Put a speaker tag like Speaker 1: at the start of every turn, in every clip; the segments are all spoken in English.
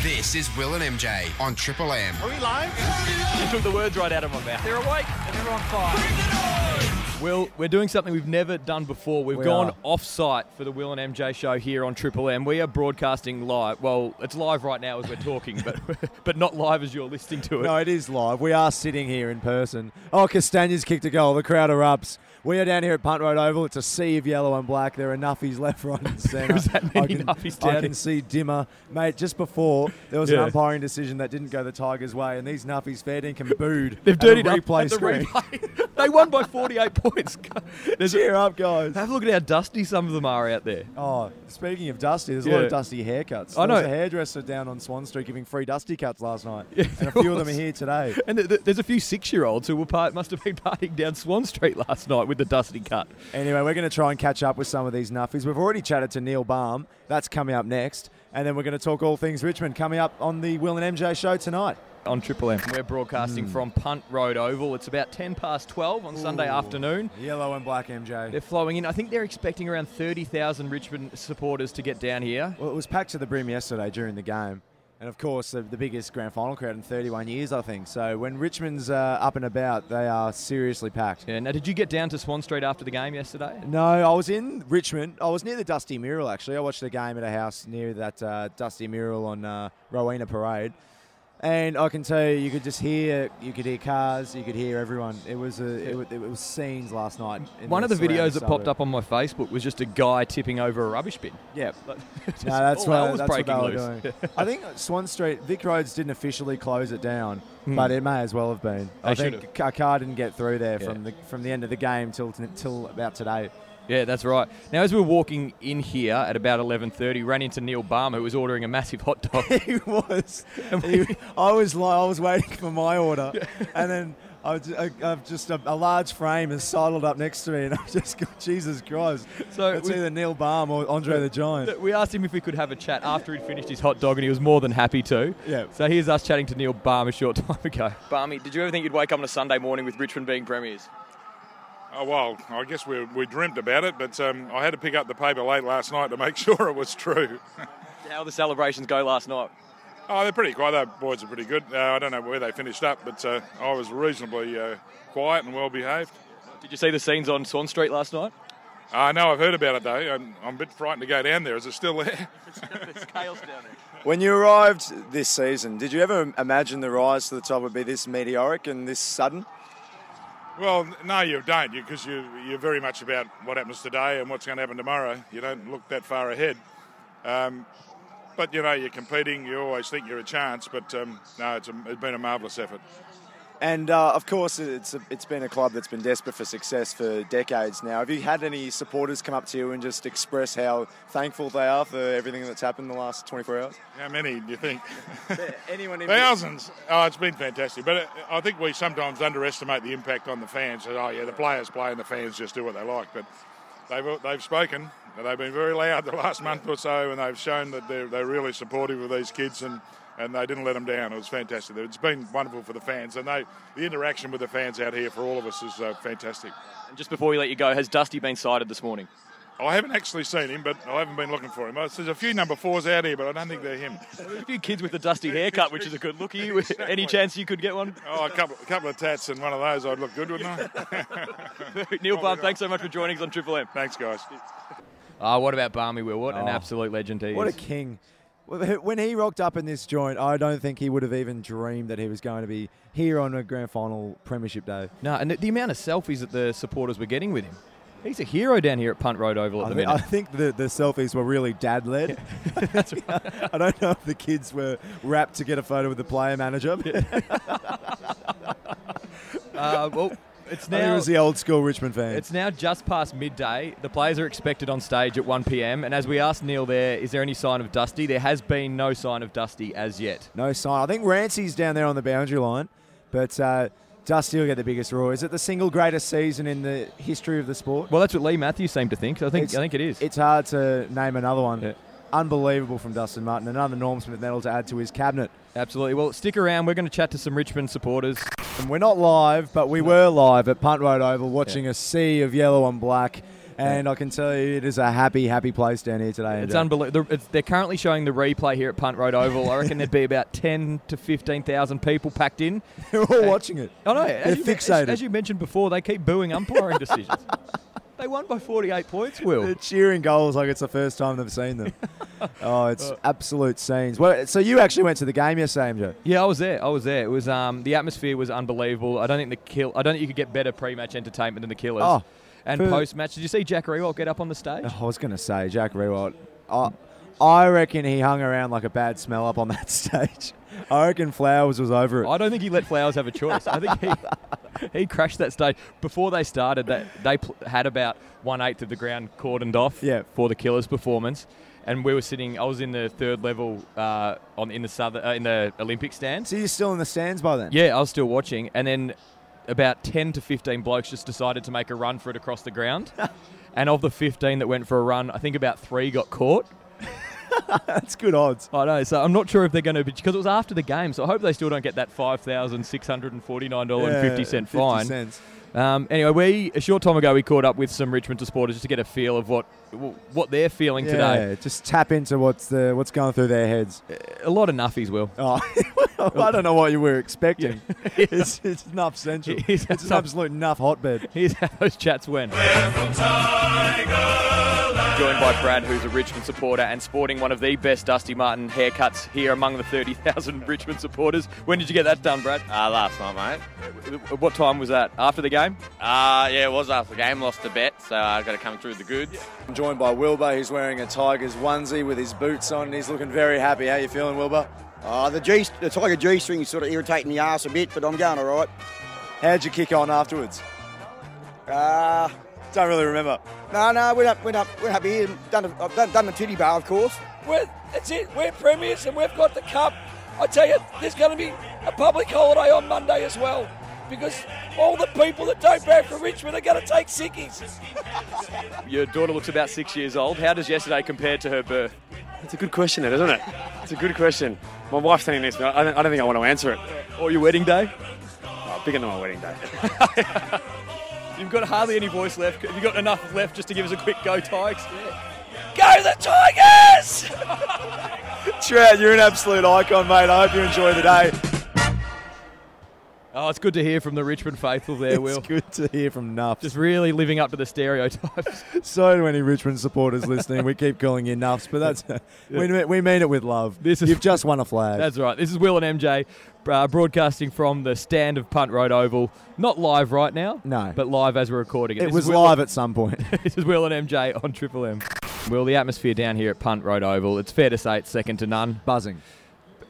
Speaker 1: This is Will and MJ on Triple M.
Speaker 2: Are we live?
Speaker 3: You took the words right out of my mouth.
Speaker 2: They're awake and they're on fire.
Speaker 3: Will, we're doing something we've never done before. We've
Speaker 4: We
Speaker 3: gone
Speaker 4: are.
Speaker 3: off site for the Will and MJ show here on Triple M. We are broadcasting live. Well, it's live right now as we're talking, but but not live as you're listening to it.
Speaker 4: No, it is live. We are sitting here in person. Oh, Castagna's kicked a goal. The crowd erupts. We are down here at Punt Road Oval. It's a sea of yellow and black. There are nuffies left, right, and centre.
Speaker 3: There's that many
Speaker 4: I can,
Speaker 3: nuffies
Speaker 4: I
Speaker 3: down
Speaker 4: can
Speaker 3: here.
Speaker 4: see dimmer, mate. Just before there was
Speaker 3: Yeah.
Speaker 4: an umpiring decision that didn't go the Tigers' way, and these nuffies fair dinkum booed.
Speaker 3: They've
Speaker 4: at the
Speaker 3: dirtied up
Speaker 4: replay
Speaker 3: at the
Speaker 4: screen.
Speaker 3: replay. they won by 48 points. There's a-
Speaker 4: Cheer up, guys.
Speaker 3: have a look at how dusty some of them are out there.
Speaker 4: Oh, speaking of dusty, there's a lot
Speaker 3: Yeah.
Speaker 4: of dusty haircuts.
Speaker 3: I
Speaker 4: There was
Speaker 3: know.
Speaker 4: a hairdresser down on Swan Street giving free dusty cuts last night,
Speaker 3: Yeah,
Speaker 4: and a
Speaker 3: there
Speaker 4: few of them are
Speaker 3: was.
Speaker 4: here today.
Speaker 3: And th- th- there's a few six-year-olds who were part- must have been partying down Swan Street last night with the dusty cut.
Speaker 4: Anyway, we're going to try and catch up with some of these nuffies. We've already chatted to Neil Baum. That's coming up next. And then we're going to talk all things Richmond coming up on the Will and MJ show tonight.
Speaker 3: on Triple M. We're broadcasting
Speaker 4: Hmm.
Speaker 3: from Punt Road Oval. It's about 10 past 12 on Sunday afternoon.
Speaker 4: Yellow and black MJ.
Speaker 3: They're flowing in. I think they're expecting around 30,000 Richmond supporters to get down here.
Speaker 4: Well, it was packed to the brim yesterday during the game. And of course, the, the biggest grand final crowd in 31 years, I think. So when Richmond's uh, up and about, they are seriously packed.
Speaker 3: Yeah, now, did you get down to Swan Street after the game yesterday?
Speaker 4: No, I was in Richmond. I was near the Dusty Mural, actually. I watched the game at a house near that uh, Dusty Mural on uh, Rowena Parade. And I can tell you, you could just hear, you could hear cars, you could hear everyone. It was a, it, wa- it was scenes last night. in
Speaker 3: One of the videos
Speaker 4: surrounding
Speaker 3: that popped
Speaker 4: suburb.
Speaker 3: up on my Facebook was just a guy tipping over a rubbish bin.
Speaker 4: Yeah,
Speaker 3: Like, just
Speaker 4: no, that's
Speaker 3: all
Speaker 4: what,
Speaker 3: hell was
Speaker 4: that's what
Speaker 3: breaking
Speaker 4: they were
Speaker 3: loose.
Speaker 4: doing. I think Swan Street, Vic Roads didn't officially close it down, but it may as well have been. I
Speaker 3: They should
Speaker 4: think a car didn't get through there
Speaker 3: Yeah.
Speaker 4: from the from the end of the game till till about today.
Speaker 3: Yeah, that's right. Now, as we were walking in here at about 11.30, ran into Neil Barmer, who was ordering a massive hot dog.
Speaker 4: he was. He- I was like, I was waiting for my order, and then I, was- I, I've just a, a large frame is sidled up next to me, and I'm just going, Jesus Christ!
Speaker 3: So
Speaker 4: So it's
Speaker 3: we-
Speaker 4: either Neil Baum or Andre the Giant.
Speaker 3: We asked him if we could have a chat after he'd finished his hot dog, and he was more than happy to.
Speaker 4: Yeah.
Speaker 3: So here's us chatting to Neil Barm a short time ago. Barmy, did you ever think you'd wake up on a Sunday morning with Richmond being premiers?
Speaker 5: Oh, well, I guess we, we dreamt about it, but um, I had to pick up the paper late last night to make sure it was true.
Speaker 3: How the celebrations go last night?
Speaker 5: oh, they're pretty quiet. The boys are pretty good. Uh, I don't know where they finished up, but uh, I was reasonably uh, quiet and well behaved.
Speaker 3: Did you see the scenes on Swan Street last night?
Speaker 5: I uh, know I've heard about it though. I'm, I'm a bit frightened to go down there. Is it still there?
Speaker 3: There's chaos down there.
Speaker 4: When you arrived this season, did you ever imagine the rise to the top would be this meteoric and this sudden?
Speaker 5: Well, no, you don't, because you, you're very much about what happens today and what's going to happen tomorrow. You don't look that far ahead. Um, but you know, you're competing. You always think you're a chance, but um, no, it's, a, it's been a marvellous effort.
Speaker 4: And uh, of course, it's a, it's been a club that's been desperate for success for decades now. Have you had any supporters come up to you and just express how thankful they are for everything that's happened in the last 24 hours?
Speaker 5: How many do you think?
Speaker 4: Anyone in
Speaker 5: Thousands. Oh, it's been fantastic. But uh, I think we sometimes underestimate the impact on the fans. That, oh, yeah, the players play and the fans just do what they like. But they've, uh, they've spoken. and They've been very loud the last month or so, and they've shown that they're, they're really supportive of these kids and, and they didn't let them down. It was fantastic. It's been wonderful for the fans, and they, the interaction with the fans out here for all of us is uh, fantastic.
Speaker 3: And just before we let you go, has Dusty been sighted this morning?
Speaker 5: I haven't actually seen him, but I haven't been looking for him. Uh, There's a few number fours out here, but I don't think they're him.
Speaker 3: There's a few kids with a dusty haircut, which is a good look. Are you- Any chance you could get one?
Speaker 5: Oh, a couple, a couple of tats and one of those, I'd look good, wouldn't I?
Speaker 3: Neil Barm, thanks so much for joining us on Triple M.
Speaker 5: Thanks, guys.
Speaker 3: Ah, what about Barmy Will? What an
Speaker 4: Oh.
Speaker 3: absolute legend he is.
Speaker 4: What a king. When he rocked up in this joint, I don't think he would have even dreamed that he was going to be here on a grand final premiership day.
Speaker 3: No, and the, the amount of selfies that the supporters were getting with him. He's a hero down here at Punt Road Oval at
Speaker 4: I
Speaker 3: the
Speaker 4: think,
Speaker 3: minute.
Speaker 4: I think the, the selfies were really dad led. I don't know if the kids were wrapped to get a photo with the player manager. but
Speaker 3: Uh, well, it's
Speaker 4: I think it
Speaker 3: now
Speaker 4: was the old school Richmond fan.
Speaker 3: it's now just past midday. The players are expected on stage at 1 p.m. And as we asked Neil, there is there any sign of Dusty? There has been no sign of Dusty as yet.
Speaker 4: no sign. I think Rancy's down there on the boundary line, but uh, Dusty will get the biggest roar. Is it the single greatest season in the history of the sport?
Speaker 3: Well, that's what Lee Matthews seemed to think. so I think I think it is.
Speaker 4: It's hard to name another one.
Speaker 3: Yeah.
Speaker 4: Unbelievable from Dustin Martin. Another Norm Smith medal to add to his cabinet.
Speaker 3: Absolutely. Well, stick around. We're going to chat to some Richmond supporters.
Speaker 4: And we're not live, but we were live at Punt Road Oval watching a sea of yellow and black. And I can tell you, it is a happy, happy place down here today.
Speaker 3: It's
Speaker 4: MJ.
Speaker 3: unbelievable. They're, it's, they're currently showing the replay here at Punt Road Oval. I reckon there'd be about ten to fifteen thousand people packed in.
Speaker 4: They're all watching it.
Speaker 3: I know.
Speaker 4: They're
Speaker 3: As you, as-
Speaker 4: fixated.
Speaker 3: As, you mentioned before, they keep booing umpiring decisions. They won by forty-eight points. Will
Speaker 4: They're cheering goals like it's the first time they've seen them. oh, it's absolute scenes. Well, so you actually went to the game yesterday, MJ.
Speaker 3: Yeah, I was there. I was there. It was um, the atmosphere was unbelievable. I don't think the kill. I don't think you could get better pre-match entertainment than the Killers.
Speaker 4: Oh,
Speaker 3: and
Speaker 4: for-
Speaker 3: post-match, did you see Jack Rewalt get up on the stage?
Speaker 4: I was going to say Jack Rewalt. I, I reckon he hung around like a bad smell up on that stage. I reckon Flowers was over it.
Speaker 3: I don't think he let Flowers have a choice. I think he he crashed that stage before they started. That they pl- had about one eighth of the ground cordoned off
Speaker 4: Yeah.
Speaker 3: for the Killers' performance, and we were sitting. I was in the third level uh, on in the southern uh, in the Olympic stands.
Speaker 4: So you're still in the stands by then?
Speaker 3: Yeah, I was still watching, and then about ten to fifteen blokes just decided to make a run for it across the ground, and of the fifteen that went for a run, I think about three got caught.
Speaker 4: That's good odds.
Speaker 3: I know, so I'm not sure if they're going to be because it was after the game, so I hope they still don't get that five thousand six hundred and forty nine dollar and fifty cent
Speaker 4: 50
Speaker 3: fine.
Speaker 4: cents.
Speaker 3: Um, anyway, we a short time ago we caught up with some Richmond supporters just to get a feel of what what they're feeling
Speaker 4: Yeah, just tap into what's the what's going through their heads.
Speaker 3: today. A lot of nuffies, Will.
Speaker 4: Oh, I don't know what you were expecting. It's, it's Nuff Central.
Speaker 3: It
Speaker 4: It's
Speaker 3: is
Speaker 4: an
Speaker 3: Nuff-
Speaker 4: absolute Nuff hotbed.
Speaker 3: Here's how those chats went. Joined by Brad, who's a Richmond supporter and sporting one of the best Dusty Martin haircuts here among the 30,000 Richmond supporters. When did you get that done, Brad? Uh,
Speaker 6: Uh, last night, mate.
Speaker 3: What time was that? After the game?
Speaker 6: Uh, yeah, it was after the game. Lost a bet, so I got to come through the goods.
Speaker 4: I'm joined by Wilbur, who's wearing a Tigers onesie with his boots on. He's looking very happy. How you feeling, Wilbur?
Speaker 7: Uh, the G, the Tiger G string's sort of irritating the ass a bit, but I'm going all right.
Speaker 4: How'd you kick on afterwards? Ah,
Speaker 7: Uh,
Speaker 4: Don't really remember.
Speaker 7: no, no, went up, went up, went up here. And done, I've done, done the titty bar, of course.
Speaker 8: We're, that's it. We're premiers and we've got the cup. I tell you, there's going to be a public holiday on Monday as well because all the people that don't vote for Richmond are going to take sickies.
Speaker 3: Your daughter looks about six years old. How does yesterday compare to her birth?
Speaker 9: It's a good question, it isn't it? It's a good question. My wife's standing next to me. I don't, I don't think I want to answer it.
Speaker 3: Or your wedding day?
Speaker 9: Oh, bigger than my wedding day.
Speaker 3: You've got hardly any voice left. Have you got enough left just to give us a quick go, Tykes?
Speaker 8: Go the Tigers!
Speaker 4: Trout, you're an absolute icon, mate. I hope you enjoy the day.
Speaker 3: Oh, it's good to hear from the Richmond faithful there, Will.
Speaker 4: It's good to hear from Nuff.
Speaker 3: Just really living up to the stereotypes.
Speaker 4: so many Richmond supporters listening. We keep calling you Nuffs, but that's we, mean- we mean it with love.
Speaker 3: This is-
Speaker 4: You've just won a flag.
Speaker 3: That's right. This is Will and MJ uh, broadcasting from the stand of Punt Road Oval. Not live right now.
Speaker 4: No.
Speaker 3: But live as we're recording it.
Speaker 4: it
Speaker 3: This
Speaker 4: was
Speaker 3: is Will-
Speaker 4: live at some point.
Speaker 3: This is Will and MJ on Triple M. Will, the atmosphere down here at Punt Road Oval, it's fair to say it's second to none.
Speaker 4: Buzzing.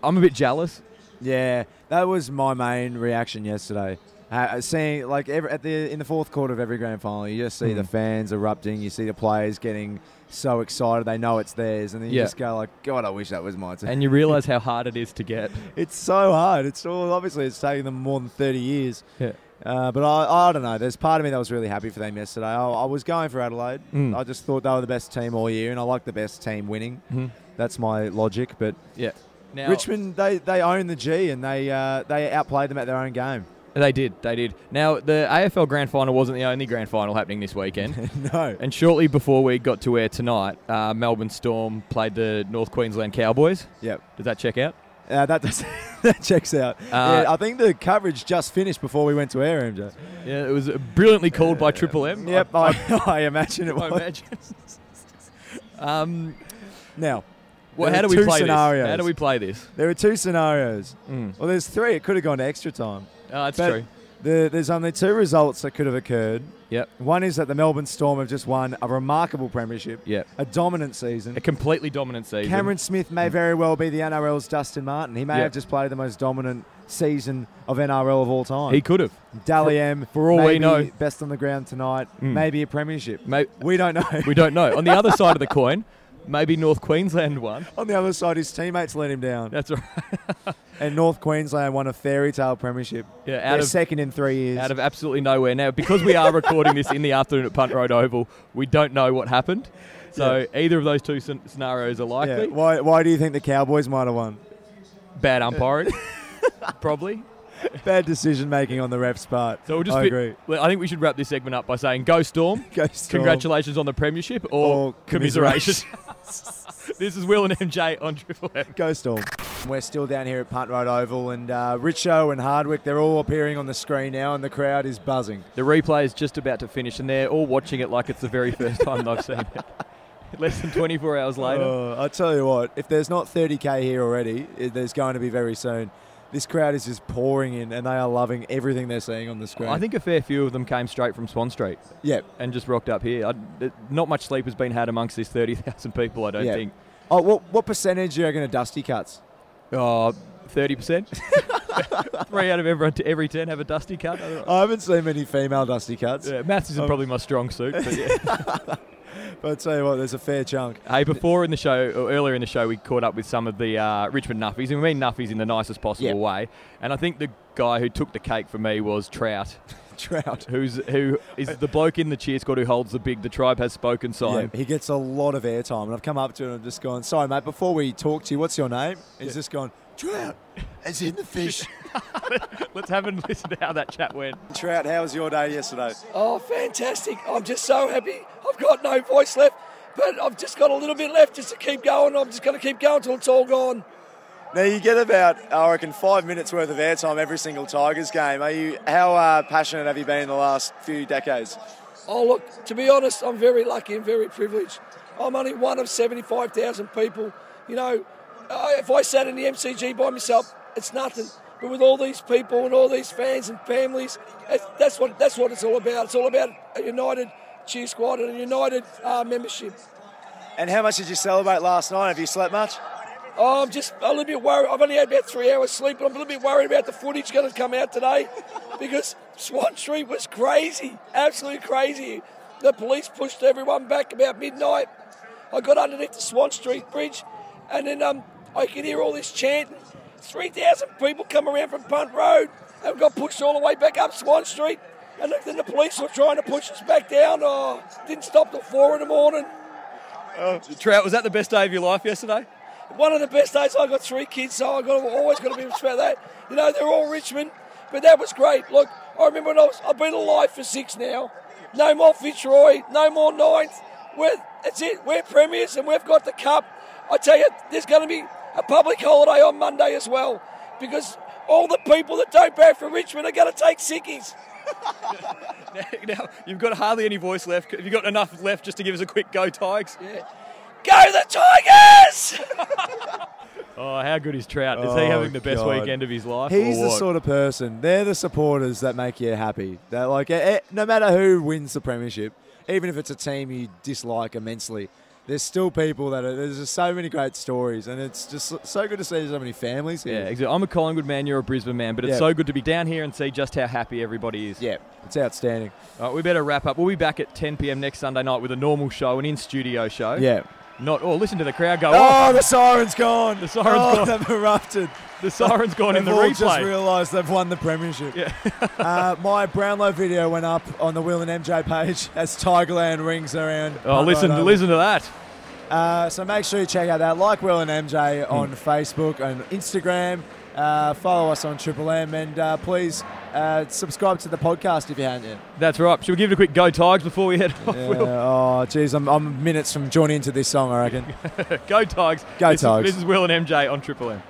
Speaker 3: I'm a bit jealous.
Speaker 4: Yeah, that was my main reaction yesterday. Uh, seeing like every, at the in the fourth quarter of every grand final, you just see
Speaker 3: Hmm.
Speaker 4: the fans erupting. You see the players getting so excited; they know it's theirs, and then you
Speaker 3: Yeah.
Speaker 4: just go like, "God, I wish that was my team."
Speaker 3: And you realise how hard it is to get.
Speaker 4: it's so hard. It's all obviously it's taken them more than thirty years.
Speaker 3: Yeah.
Speaker 4: Uh, but I, I don't know. There's part of me that was really happy for them yesterday. I, I was going for Adelaide.
Speaker 3: Mm.
Speaker 4: I just thought they were the best team all year, and I like the best team winning. That's my logic. But
Speaker 3: Yeah. Mm-hmm. Now,
Speaker 4: Richmond, they, they own the G, and they uh, they outplayed them at their own game.
Speaker 3: They did. They did. Now, the AFL grand final wasn't the only grand final happening this weekend.
Speaker 4: No.
Speaker 3: And shortly before we got to air tonight, uh, Melbourne Storm played the North Queensland Cowboys.
Speaker 4: Yep.
Speaker 3: Did that check out?
Speaker 4: Uh, that does, that checks out.
Speaker 3: Uh,
Speaker 4: yeah, I think the coverage just finished before we went to air, MJ.
Speaker 3: Yeah, it was brilliantly called by Triple M.
Speaker 4: Yep, I, I imagine it
Speaker 3: I, I
Speaker 4: was.
Speaker 3: imagine. um,
Speaker 4: Now,
Speaker 3: well,
Speaker 4: There
Speaker 3: how
Speaker 4: are
Speaker 3: do we
Speaker 4: two
Speaker 3: play
Speaker 4: scenarios.
Speaker 3: this? How do we play this?
Speaker 4: there are two scenarios.
Speaker 3: Mm.
Speaker 4: Well, there's three. It could have gone to extra time.
Speaker 3: Oh, that's
Speaker 4: But
Speaker 3: true.
Speaker 4: The, there's only two results that could have occurred.
Speaker 3: Yep.
Speaker 4: One is that the Melbourne Storm have just won a remarkable premiership,
Speaker 3: Yep.
Speaker 4: a dominant season.
Speaker 3: A completely dominant season.
Speaker 4: Cameron Smith may very well be the NRL's Dustin Martin. He may
Speaker 3: Mm. Yep.
Speaker 4: have just played the most dominant season of NRL of all time.
Speaker 3: He could have.
Speaker 4: Dally M,
Speaker 3: for all we
Speaker 4: maybe
Speaker 3: know.
Speaker 4: best on the ground tonight. Maybe a premiership.
Speaker 3: May-
Speaker 4: we don't know.
Speaker 3: We don't know. On the other side of the coin, maybe North Queensland won.
Speaker 4: on the other side, his teammates let him down,
Speaker 3: That's right.
Speaker 4: and North Queensland won a fairy tale premiership.
Speaker 3: Yeah, out
Speaker 4: They're
Speaker 3: of-
Speaker 4: second in three years.
Speaker 3: Out of absolutely nowhere. Now, because we are recording this in the afternoon at Punt Road Oval, we don't know what happened. So either of those two scen- scenarios are
Speaker 4: yeah.
Speaker 3: likely.
Speaker 4: Why? Why do you think the Cowboys might have won?
Speaker 3: Bad umpiring, probably.
Speaker 4: Bad decision making on the ref's part.
Speaker 3: So we'll just
Speaker 4: I
Speaker 3: fi-
Speaker 4: agree.
Speaker 3: well, I think we should wrap this segment up by saying go Storm.
Speaker 4: Go Storm.
Speaker 3: Congratulations on the premiership or,
Speaker 4: Or
Speaker 3: commiserations. this is Will and MJ on Triple M.
Speaker 4: Go Storm. We're still down here at Punt Road Oval, and uh, Richo and Hardwick, they're all appearing on the screen now, and the crowd is buzzing.
Speaker 3: The replay is just about to finish and they're all watching it like it's the very first time they've seen it. Less than 24 hours later.
Speaker 4: Oh, I tell you what, if there's not 30k here already, i- there's going to be very soon. This crowd is just pouring in, and they are loving everything they're seeing on the screen.
Speaker 3: I think a fair few of them came straight from Swan Street
Speaker 4: yeah,
Speaker 3: and just rocked up here. I, th- not much sleep has been had amongst these 30,000 people, I don't
Speaker 4: yeah.
Speaker 3: think.
Speaker 4: Oh, what what percentage are going to dusty cuts?
Speaker 3: Oh, 30%? Three out of everyone, every 10 have a dusty cut. I don't know.
Speaker 4: I haven't seen many female dusty cuts,
Speaker 3: Yeah, maths isn't
Speaker 4: Um,
Speaker 3: probably my strong suit. But yeah.
Speaker 4: but I tell you what, there's a fair chunk.
Speaker 3: hey, before in the show, or earlier in the show, we caught up with some of the uh, Richmond Nuffies, and we mean Nuffies in the nicest possible
Speaker 4: Yeah.
Speaker 3: way. And I think the guy who took the cake for me was Trout,
Speaker 4: Trout.
Speaker 3: who's who is the bloke in the cheer squad who holds the big "The Tribe Has Spoken"
Speaker 4: Yeah,
Speaker 3: sign.
Speaker 4: he gets a lot of airtime, and I've come up to him and I've just gone, sorry, mate, before we talk to you, what's your name? He's just gone, Trout, as in the fish.
Speaker 3: Let's have and listen to how that chat went.
Speaker 4: Trout, how was your day yesterday?
Speaker 8: Oh, fantastic. I'm just so happy. I've got no voice left, but I've just got a little bit left just to keep going. I'm just going to keep going till it's all gone.
Speaker 4: Now, you get about, I reckon, five minutes worth of airtime every single Tigers game. Are you How uh, passionate have you been in the last few decades?
Speaker 8: Oh, look, to be honest, I'm very lucky and very privileged. I'm only one of 75,000 people. You know, I, if I sat in the MCG by myself, it's nothing. But with all these people and all these fans and families, it's, that's what that's what it's all about. It's all about a united cheer squad and a united uh, membership.
Speaker 4: And how much did you celebrate last night? Have you slept much?
Speaker 8: Oh, I'm just a little bit worried. I've only had about three hours sleep, and I'm a little bit worried about the footage going to come out today because Swan Street was crazy, absolutely crazy. The police pushed everyone back about midnight. I got underneath the Swan Street Bridge, and then um, I could hear all this chanting. 3,000 people come around from Punt Road and got pushed all the way back up Swan Street. And then the police were trying to push us back down. Oh, didn't stop till four in the morning.
Speaker 3: Uh, Trout, was that the best day of your life yesterday?
Speaker 8: One of the best days. I got three kids, so I got always got to be respect that. You know, they're all Richmond, but that was great. Look, I remember when I was. I've been alive for six now. No more Fitzroy. No more ninth. We're that's it. We're premiers and we've got the cup. I tell you, there's going to be a public holiday on Monday as well because all the people that don't back for Richmond are going to take sickies.
Speaker 3: now you've got hardly any voice left. Have you got enough left just to give us a quick go, Tigers?
Speaker 8: Go the Tigers!
Speaker 3: Oh, how good is Trout? Is he
Speaker 4: Oh,
Speaker 3: having the best
Speaker 4: God.
Speaker 3: weekend of his life?
Speaker 4: He's
Speaker 3: or
Speaker 4: the
Speaker 3: what?
Speaker 4: sort of person, they're the supporters that make you happy. That like, eh, eh, no matter who wins the premiership, even if it's a team you dislike immensely, there's still people that are, there's just so many great stories, and it's just so good to see so many families
Speaker 3: Yeah,
Speaker 4: here.
Speaker 3: exactly. I'm a Collingwood man, you're a Brisbane man, but it's
Speaker 4: Yeah.
Speaker 3: so good to be down here and see just how happy everybody is.
Speaker 4: Yeah, it's outstanding.
Speaker 3: All right, we better wrap up. We'll be back at 10 p.m. next Sunday night with a normal show, an in studio show.
Speaker 4: Yeah.
Speaker 3: Not, oh, listen to the crowd go, oh,
Speaker 4: Oh, the siren's gone.
Speaker 3: The siren's
Speaker 4: oh,
Speaker 3: gone.
Speaker 4: They've erupted.
Speaker 3: the siren's gone in
Speaker 4: They've
Speaker 3: the
Speaker 4: all just
Speaker 3: replay.
Speaker 4: realised they've won the premiership.
Speaker 3: Yeah.
Speaker 4: uh, my Brownlow video went up on the Will and MJ page as Tigerland rings around.
Speaker 3: oh, listen,
Speaker 4: Right over.
Speaker 3: listen to that.
Speaker 4: Uh, so make sure you check out that. Like Will and MJ on Facebook and Instagram. Uh, follow us on Triple M and uh, please uh, subscribe to the podcast if you haven't yet.
Speaker 3: That's right. Should we give it a quick go, Tigers, before we head off? Will?
Speaker 4: oh, geez, I'm, I'm minutes from joining into this song, I reckon.
Speaker 3: Go, Tigers.
Speaker 4: Go,
Speaker 3: this
Speaker 4: Tigers.
Speaker 3: Is, this is Will and MJ on Triple M.